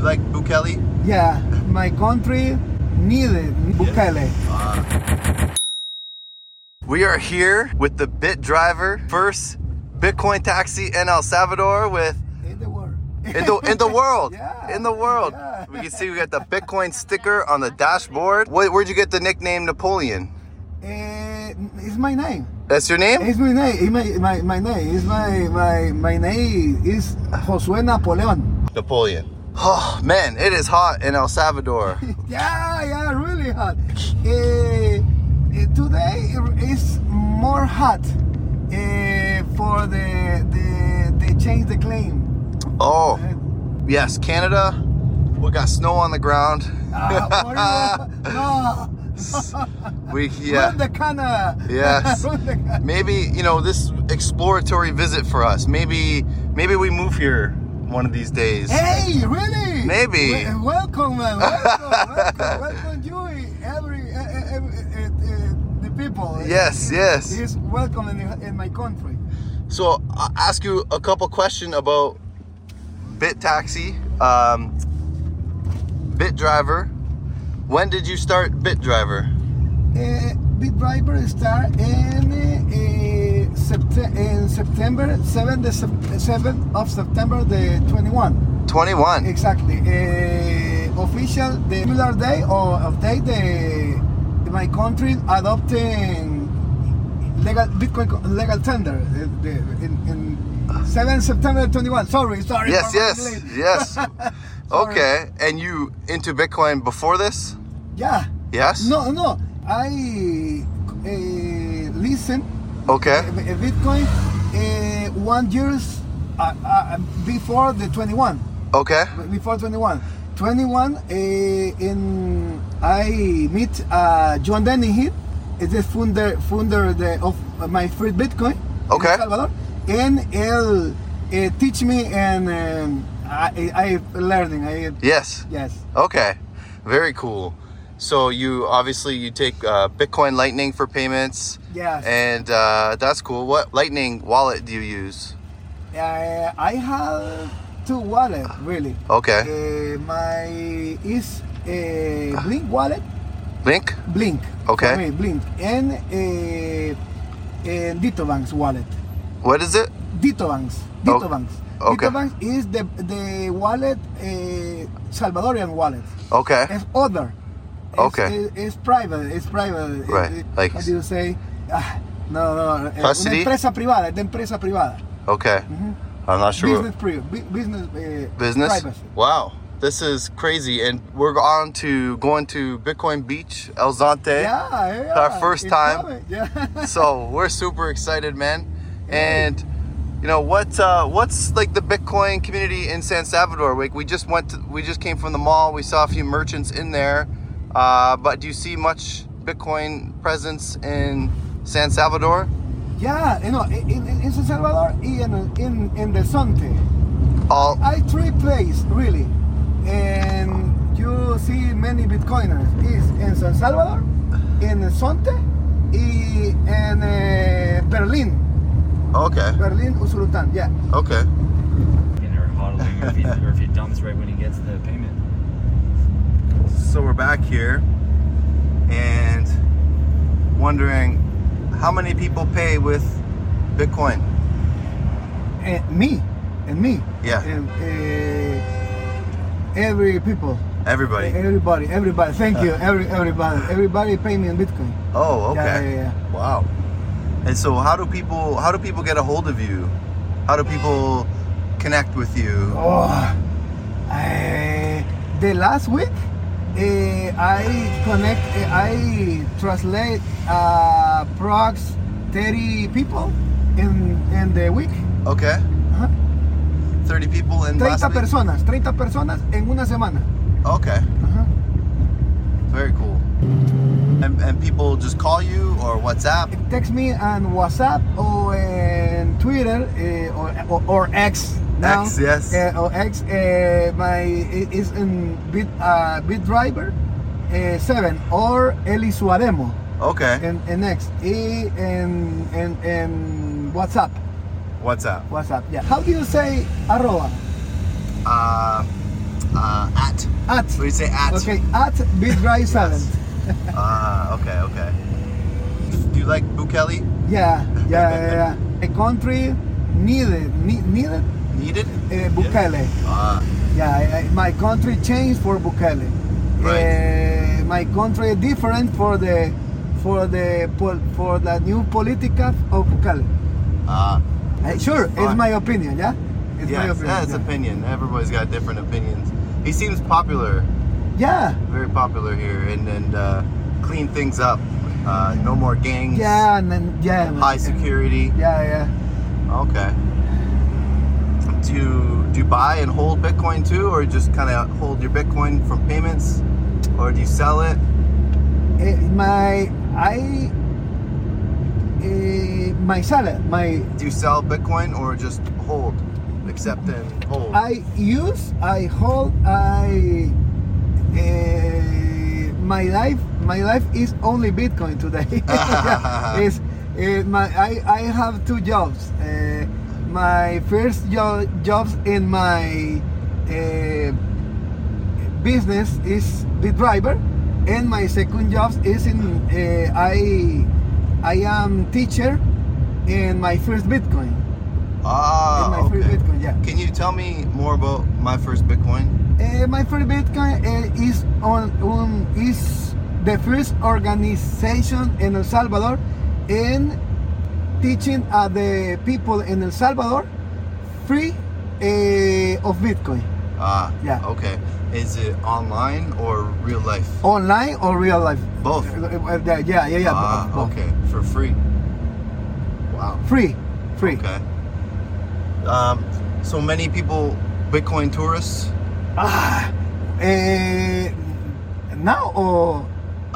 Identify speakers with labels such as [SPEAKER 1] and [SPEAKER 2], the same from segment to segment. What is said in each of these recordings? [SPEAKER 1] like Bukele?
[SPEAKER 2] Yeah, my country needed Bukele.
[SPEAKER 1] We are here with the Bit Driver, first Bitcoin taxi in El Salvador with
[SPEAKER 2] In the Eh, world.
[SPEAKER 1] in the in the world.
[SPEAKER 2] Yeah.
[SPEAKER 1] In the world.
[SPEAKER 2] Yeah.
[SPEAKER 1] We can see we got the Bitcoin sticker on the dashboard. Where, where'd you get the nickname Napoleon?
[SPEAKER 2] Eh, it's my name.
[SPEAKER 1] That's your name?
[SPEAKER 2] It's my name. It's my, my, my name. It's my, my, my name is Josué Napoleon.
[SPEAKER 1] Napoleon. Oh man, it is hot in El Salvador.
[SPEAKER 2] Yeah, yeah, really hot. Eh, eh, today is more hot eh, for the, the, they change the claim.
[SPEAKER 1] Oh,
[SPEAKER 2] Eh,
[SPEAKER 1] yes, Canada. We got snow on the ground.
[SPEAKER 2] ah, no.
[SPEAKER 1] We yeah.
[SPEAKER 2] Run the Canada.
[SPEAKER 1] Yes.
[SPEAKER 2] Run the Canada.
[SPEAKER 1] Maybe, you know, this exploratory visit for us. Maybe maybe we move here one of these days.
[SPEAKER 2] Hey, really?
[SPEAKER 1] Maybe.
[SPEAKER 2] We- welcome, man. Welcome, welcome, welcome you, every, eh, eh, every eh, eh, the people.
[SPEAKER 1] Yes, yes.
[SPEAKER 2] Is welcome in, in my country.
[SPEAKER 1] So I'll ask you a couple question about Bit Taxi, um, Bit Driver. When did you start Bit Driver?
[SPEAKER 2] Uh, Big Driver start in uh, sept- in September 7 the sep- 7 of September the 21
[SPEAKER 1] 21.
[SPEAKER 2] exactly uh, official the similar day or of day the my country adopting legal Bitcoin co- legal tender uh, the- in, in 7 September 21 sorry sorry
[SPEAKER 1] Yes,
[SPEAKER 2] for my
[SPEAKER 1] yes,
[SPEAKER 2] delay.
[SPEAKER 1] yes.
[SPEAKER 2] Sorry.
[SPEAKER 1] Okay, and you into Bitcoin before this?
[SPEAKER 2] yeah
[SPEAKER 1] Yes.
[SPEAKER 2] no no I uh, listen
[SPEAKER 1] Okay.
[SPEAKER 2] Uh, Bitcoin uh, one years uh, uh, before the 21,
[SPEAKER 1] Okay.
[SPEAKER 2] before 21. 21 uh, in I meet uh, John Denny here, is the founder founder the, of my first Bitcoin. in
[SPEAKER 1] Okay.
[SPEAKER 2] El Salvador, and he'll uh, teach me and um, I I I learning. I
[SPEAKER 1] Yes.
[SPEAKER 2] yes.
[SPEAKER 1] Okay. Very cool. So you obviously you take uh, Bitcoin Lightning for payments.
[SPEAKER 2] Yes.
[SPEAKER 1] And uh, that's cool. What Lightning wallet do you use?
[SPEAKER 2] Uh, I have two wallet really.
[SPEAKER 1] Okay.
[SPEAKER 2] Uh, my is a Blink wallet.
[SPEAKER 1] Link.
[SPEAKER 2] Blink.
[SPEAKER 1] Okay.
[SPEAKER 2] For me, Blink. And eh, a, a Ditobanks wallet.
[SPEAKER 1] What is it?
[SPEAKER 2] Ditobanks.
[SPEAKER 1] O-
[SPEAKER 2] Ditobanks.
[SPEAKER 1] okay.
[SPEAKER 2] Ditobanks is the the wallet, a Salvadorian wallet.
[SPEAKER 1] Okay.
[SPEAKER 2] It's other. It's,
[SPEAKER 1] Okay.
[SPEAKER 2] It's, it's private. It's private.
[SPEAKER 1] Right,
[SPEAKER 2] It- it-
[SPEAKER 1] like-
[SPEAKER 2] how do you say? Ah, no, no. eh,
[SPEAKER 1] Custody?
[SPEAKER 2] Una empresa privada. Es de empresa privada.
[SPEAKER 1] Okay. I'm not sure.
[SPEAKER 2] Mm-hmm. Business private. Business. eh,
[SPEAKER 1] Business.
[SPEAKER 2] Privacy.
[SPEAKER 1] Wow. This is crazy. And we're on to going to Bitcoin Beach, El Zante.
[SPEAKER 2] Yeah, yeah.
[SPEAKER 1] Our Eh, first
[SPEAKER 2] it's
[SPEAKER 1] time.
[SPEAKER 2] private, Yeah.
[SPEAKER 1] So we're super excited, man. And you know what? Uh, what's like the Bitcoin community in San Salvador? Like we just went. To, we just came from the mall. We saw a few merchants in there. Uh, but do you see much Bitcoin presence in San Salvador?
[SPEAKER 2] Yeah, eh, you know, in, in, in San Salvador, in, in, in the Sonte.
[SPEAKER 1] All
[SPEAKER 2] I three place, really. And you see many Bitcoiners. Is in San Salvador, in the Sonte, y in uh, Berlin.
[SPEAKER 1] okay.
[SPEAKER 2] Berlin, Usulután, yeah.
[SPEAKER 1] Okay.
[SPEAKER 3] and are hodling or if, he, or if he dumps right when he gets the payment.
[SPEAKER 1] So we're back here and wondering how many people pay with Bitcoin.
[SPEAKER 2] And Eh, me, and me.
[SPEAKER 1] Yeah.
[SPEAKER 2] And, uh, every people,
[SPEAKER 1] Everybody.
[SPEAKER 2] everybody, everybody. Thank you, every, everybody. Everybody pay me in Bitcoin.
[SPEAKER 1] Oh, okay.
[SPEAKER 2] Yeah, yeah, yeah.
[SPEAKER 1] Wow. And so how do people how do people get a hold of you? How do people connect with you?
[SPEAKER 2] Oh, eh, the last week eh, I connect, eh, I translate uh, prox 30 people in in the week.
[SPEAKER 1] Okay.
[SPEAKER 2] Ajá.
[SPEAKER 1] 30 people in
[SPEAKER 2] 30
[SPEAKER 1] last week?
[SPEAKER 2] personas, 30 personas en una semana.
[SPEAKER 1] Okay.
[SPEAKER 2] Ajá.
[SPEAKER 1] Very cool. And, and people just call you or WhatsApp?
[SPEAKER 2] Text me on WhatsApp or in Twitter eh, or, or, or X now.
[SPEAKER 1] X, yes.
[SPEAKER 2] Eh, or X, eh, my i- is in Bit uh, Bit Driver eh, 7 or Eli Suaremo.
[SPEAKER 1] Okay.
[SPEAKER 2] and, and next e and and and WhatsApp
[SPEAKER 1] WhatsApp.
[SPEAKER 2] WhatsApp yeah how do you say arroba
[SPEAKER 1] Uh, uh, at.
[SPEAKER 2] At.
[SPEAKER 1] So you say at.
[SPEAKER 2] Okay, at Bitrise Island.
[SPEAKER 1] Ah, okay, okay. Do you like Bukele?
[SPEAKER 2] Yeah, yeah, yeah, yeah. A country needed, ne- needed
[SPEAKER 1] Needed?
[SPEAKER 2] uh, Bukele.
[SPEAKER 1] Ah,
[SPEAKER 2] Yeah, I, I, my country changed for Bukele.
[SPEAKER 1] Right.
[SPEAKER 2] Uh, my country different for the for the pol- for the new politica of Bukele.
[SPEAKER 1] ah.
[SPEAKER 2] Uh, sure, it's
[SPEAKER 1] Fine.
[SPEAKER 2] my opinion. Yeah, it's
[SPEAKER 1] yes, that's
[SPEAKER 2] yeah.
[SPEAKER 1] opinion. Everybody's got different opinions. He seems popular,
[SPEAKER 2] yeah.
[SPEAKER 1] very popular here, and and uh, clean things up. Uh, no more gangs.
[SPEAKER 2] Yeah, and then, yeah, man.
[SPEAKER 1] High security.
[SPEAKER 2] Yeah, yeah.
[SPEAKER 1] Okay. Do you, do you buy and hold Bitcoin too, or just kind of hold your Bitcoin from payments, or do you sell it?
[SPEAKER 2] Eh, my I eh, my salad, my
[SPEAKER 1] Do you sell Bitcoin or just hold, accept and hold?
[SPEAKER 2] I use, I hold, I eh, my life, my life is only Bitcoin today. Yeah, it's, eh, my I, I have two jobs. Eh, my first jo- jobs in my eh, business is the driver, and my second job is in uh, I I am teacher in my first Bitcoin. in my
[SPEAKER 1] ah,
[SPEAKER 2] first
[SPEAKER 1] okay.
[SPEAKER 2] Bitcoin, yeah.
[SPEAKER 1] Can you tell me more about my first Bitcoin?
[SPEAKER 2] Uh, my first Bitcoin uh, is on um, is the first organization in El Salvador in teaching uh, the people in El Salvador free uh, of Bitcoin
[SPEAKER 1] Ah,
[SPEAKER 2] Yeah.
[SPEAKER 1] Okay. Is it online or real life?
[SPEAKER 2] online or real life.
[SPEAKER 1] Both.
[SPEAKER 2] Uh, yeah, yeah, Oh, yeah.
[SPEAKER 1] ah,
[SPEAKER 2] both, both.
[SPEAKER 1] okay. For free. Wow.
[SPEAKER 2] Free, free.
[SPEAKER 1] Okay. Um, so many people, Bitcoin tourists.
[SPEAKER 2] Ah, eh, now or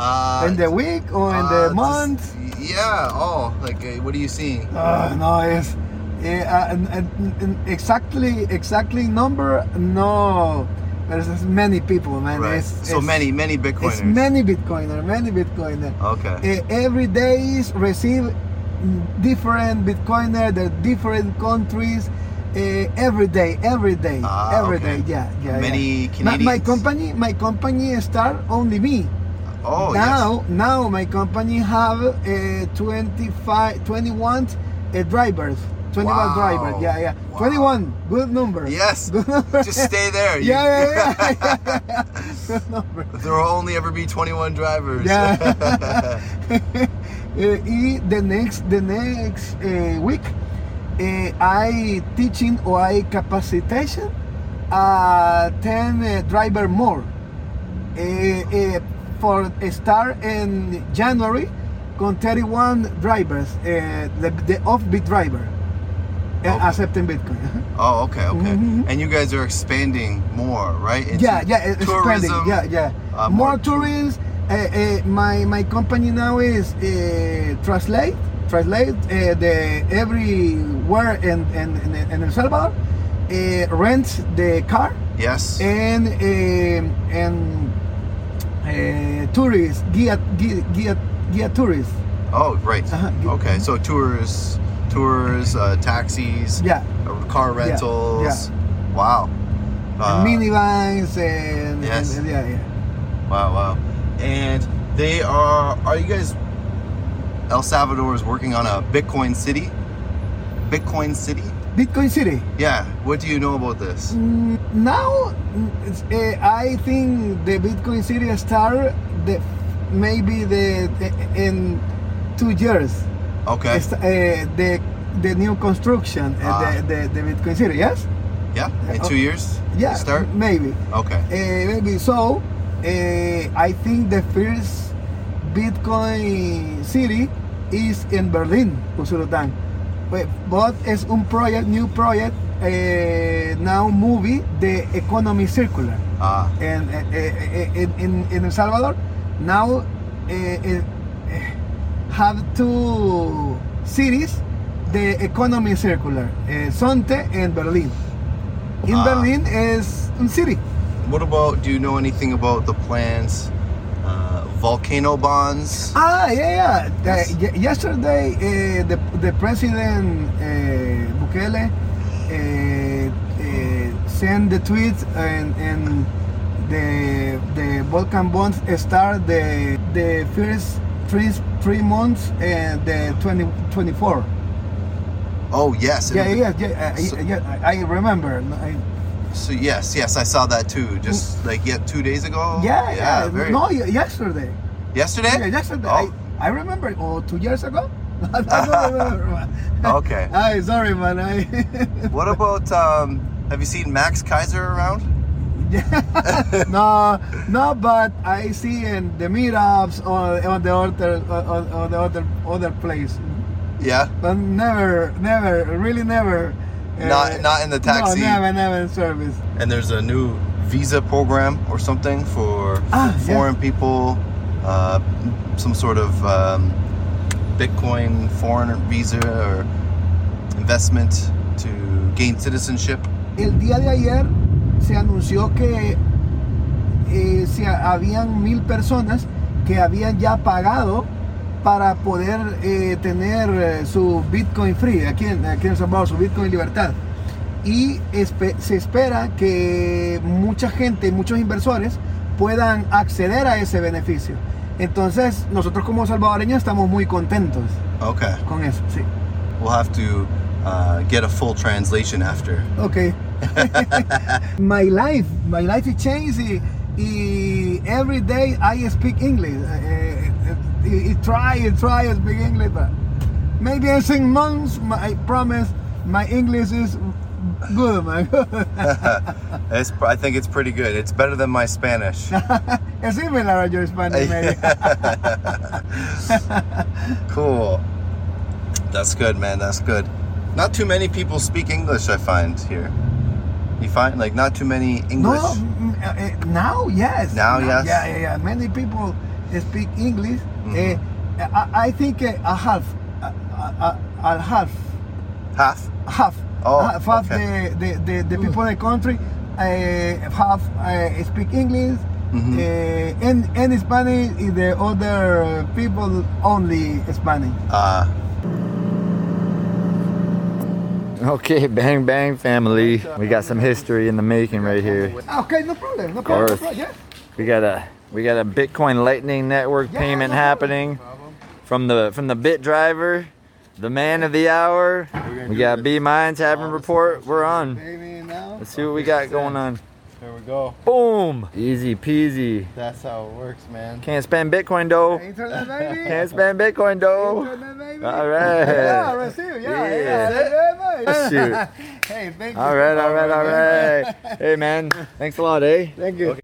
[SPEAKER 1] Uh,
[SPEAKER 2] in the week or in
[SPEAKER 1] uh,
[SPEAKER 2] the
[SPEAKER 1] just-
[SPEAKER 2] month.
[SPEAKER 1] yeah. Oh, like, uh, what are you seeing?
[SPEAKER 2] Uh, no, es eh, ah, n- n- n- exactly exactly number no. There's just many people, man.
[SPEAKER 1] right.
[SPEAKER 2] It's,
[SPEAKER 1] so
[SPEAKER 2] it's-
[SPEAKER 1] many, many
[SPEAKER 2] It's
[SPEAKER 1] Bitcoiners.
[SPEAKER 2] many Bitcoiner, many Bitcoiner.
[SPEAKER 1] Okay.
[SPEAKER 2] Eh, every day receive mm, different Bitcoiner, the different countries. eh, every day, every day,
[SPEAKER 1] Ah,
[SPEAKER 2] every
[SPEAKER 1] okay.
[SPEAKER 2] day. Yeah, yeah. yeah.
[SPEAKER 1] Many
[SPEAKER 2] My,
[SPEAKER 1] Canadians.
[SPEAKER 2] my company, my company start only me.
[SPEAKER 1] Oh, yes.
[SPEAKER 2] now, now my company have uh, 25, 21 uh, drivers. 21
[SPEAKER 1] Wow.
[SPEAKER 2] drivers. Yeah, yeah.
[SPEAKER 1] Wow.
[SPEAKER 2] 21. Good number.
[SPEAKER 1] Yes.
[SPEAKER 2] Good number.
[SPEAKER 1] Just stay there. You-
[SPEAKER 2] yeah, yeah, yeah, yeah, yeah, yeah. Good number.
[SPEAKER 1] There will only ever be 21 drivers.
[SPEAKER 2] Yeah. Eh, y the next, the next eh, week, eh, I teaching or I capacitation uh, 10 eh, driver more. Eh, eh, for a start in January, con 31 drivers, eh, the, the offbeat driver, eh,
[SPEAKER 1] Okay.
[SPEAKER 2] accepting Bitcoin.
[SPEAKER 1] oh, okay, okay.
[SPEAKER 2] Mhm.
[SPEAKER 1] And you guys are expanding more, right? Into
[SPEAKER 2] yeah, yeah, it's expanding.
[SPEAKER 1] tourism.
[SPEAKER 2] Yeah, yeah.
[SPEAKER 1] uh, more
[SPEAKER 2] more
[SPEAKER 1] tour-
[SPEAKER 2] tourists. Uh, uh, my my company now is uh, translate translate uh, the everywhere in in, in, in El Salvador. Uh, rent the car
[SPEAKER 1] Yes.
[SPEAKER 2] and um and uh, tourists guia guia guia, guia tourists.
[SPEAKER 1] Oh, right.
[SPEAKER 2] Uh-huh.
[SPEAKER 1] Okay, so tours, tours, uh, taxis,
[SPEAKER 2] Yeah,
[SPEAKER 1] uh, car rentals. Wow. Uh,
[SPEAKER 2] and minivans and,
[SPEAKER 1] yes.
[SPEAKER 2] and- yeah yeah.
[SPEAKER 1] Wow, wow. And they are. Are you guys? El Salvador is working on a Bitcoin city. Bitcoin city.
[SPEAKER 2] Bitcoin City.
[SPEAKER 1] Yeah. What do you know about this?
[SPEAKER 2] Mm, now mm, it's, uh, I think the Bitcoin City star the maybe the, the- in two years
[SPEAKER 1] Okay.
[SPEAKER 2] It's, uh, the the new construction uh,
[SPEAKER 1] Ah.
[SPEAKER 2] the, the the Bitcoin City yes
[SPEAKER 1] Yeah. In
[SPEAKER 2] oh.
[SPEAKER 1] two years.
[SPEAKER 2] yeah
[SPEAKER 1] Start.
[SPEAKER 2] maybe
[SPEAKER 1] Okay.
[SPEAKER 2] uh, maybe so uh, I think the first Bitcoin City is in Berlin Usulután But- but it's un project new project uh, now movie the economy circular
[SPEAKER 1] Ah.
[SPEAKER 2] and uh, uh, in, in, in El Salvador now uh, uh, have two cities the economy circular uh, Sonte and Berlin in
[SPEAKER 1] Ah.
[SPEAKER 2] Berlin is a city
[SPEAKER 1] What about? Do you know anything about the plans? Uh, volcano bonds.
[SPEAKER 2] ah yeah yeah Uh,
[SPEAKER 1] Yes.
[SPEAKER 2] ye- yesterday uh, the, the president uh, Bukele eh, uh, uh, sent the tweet and, and the Volcan Bonds start the the first three three months and the 20, 24.
[SPEAKER 1] Oh yes.
[SPEAKER 2] Yeah,
[SPEAKER 1] it'll be-
[SPEAKER 2] yeah, yeah,
[SPEAKER 1] So-
[SPEAKER 2] yeah, yeah. I I remember. I,
[SPEAKER 1] So yes, yes, I saw that too. Just like yeah, two days ago.
[SPEAKER 2] Mm. yeah, yeah.
[SPEAKER 1] Oh, very-
[SPEAKER 2] No, ye- yesterday.
[SPEAKER 1] Yesterday.
[SPEAKER 2] Yeah, yesterday.
[SPEAKER 1] Oh,
[SPEAKER 2] I, I remember. Oh, two years ago. I don't remember.
[SPEAKER 1] Okay.
[SPEAKER 2] I sorry, man. I.
[SPEAKER 1] what about? Um, have you seen Max Kaiser around?
[SPEAKER 2] Yeah. no, no, but I see in the meetups or on the other on, on the other other place,
[SPEAKER 1] Yeah.
[SPEAKER 2] but never, never, really never. eh,
[SPEAKER 1] Not- not in the taxi.
[SPEAKER 2] Uh, No, never, never in service.
[SPEAKER 1] And there's a new visa program or something for
[SPEAKER 2] Ah, yeah.
[SPEAKER 1] foreign people. Uh, some sort of um, Bitcoin foreign visa or investment to gain citizenship.
[SPEAKER 2] El día de ayer se anunció que eh, se habían mil personas que habían ya pagado para poder eh, tener eh, su Bitcoin free aquí en, aquí en El Salvador, su Bitcoin libertad. Y espe- se espera que mucha gente, muchos inversores puedan acceder a ese beneficio. Entonces, nosotros como salvadoreños estamos muy contentos
[SPEAKER 1] Okay.
[SPEAKER 2] con eso, sí.
[SPEAKER 1] We'll have to uh, get a full translation after.
[SPEAKER 2] Okay. my life, my life is changing. Y every day I speak English. Eh, eh, I, I try and try and speak English, but maybe in six months, my, I promise my English is good, man.
[SPEAKER 1] It's, I think it's pretty good. It's better than my Spanish.
[SPEAKER 2] it's similar to your Spanish, maybe.
[SPEAKER 1] cool. That's good, man. That's good. Not too many people speak English, I find here. You find like not too many English.
[SPEAKER 2] No, mm, eh, eh, now yes.
[SPEAKER 1] Now, yes.
[SPEAKER 2] Yeah, yeah, yeah. Many people speak English.
[SPEAKER 1] Mhm.
[SPEAKER 2] Eh, I, I think eh, a half, a, a, a a half.
[SPEAKER 1] Half.
[SPEAKER 2] half
[SPEAKER 1] Oh,
[SPEAKER 2] half, half
[SPEAKER 1] okay.
[SPEAKER 2] the, the, the, the people in the country uh, half uh, speak english
[SPEAKER 1] Mhm.
[SPEAKER 2] uh, and, and spanish and the other people only spanish
[SPEAKER 1] Uh,
[SPEAKER 4] Okay, bang bang family. We got some history in the making right here.
[SPEAKER 2] Ah, okay no problem no problem, no
[SPEAKER 4] course.
[SPEAKER 2] problem yeah.
[SPEAKER 4] We got a we got a Bitcoin Lightning Network
[SPEAKER 2] Yeah,
[SPEAKER 4] payment
[SPEAKER 2] no problem.
[SPEAKER 4] happening from the from the bit driver, the man of the hour. We got B Mines having report. We're on.
[SPEAKER 2] Maybe now
[SPEAKER 4] Let's see what we got going on.
[SPEAKER 5] There we go.
[SPEAKER 4] Boom! Easy peasy.
[SPEAKER 5] That's how it works, man.
[SPEAKER 4] Can't spend Bitcoin though.
[SPEAKER 2] internet baby
[SPEAKER 4] Can't spend Bitcoin though.
[SPEAKER 2] Internet, baby.
[SPEAKER 4] All right.
[SPEAKER 2] Yeah, receive. Yeah,
[SPEAKER 4] Ah, Yeah.
[SPEAKER 2] yeah. yeah,
[SPEAKER 4] Shoot.
[SPEAKER 2] baby. Hey, thank you.
[SPEAKER 4] All right, all right, all right. Hey man, thanks a lot, eh?
[SPEAKER 2] Thank you.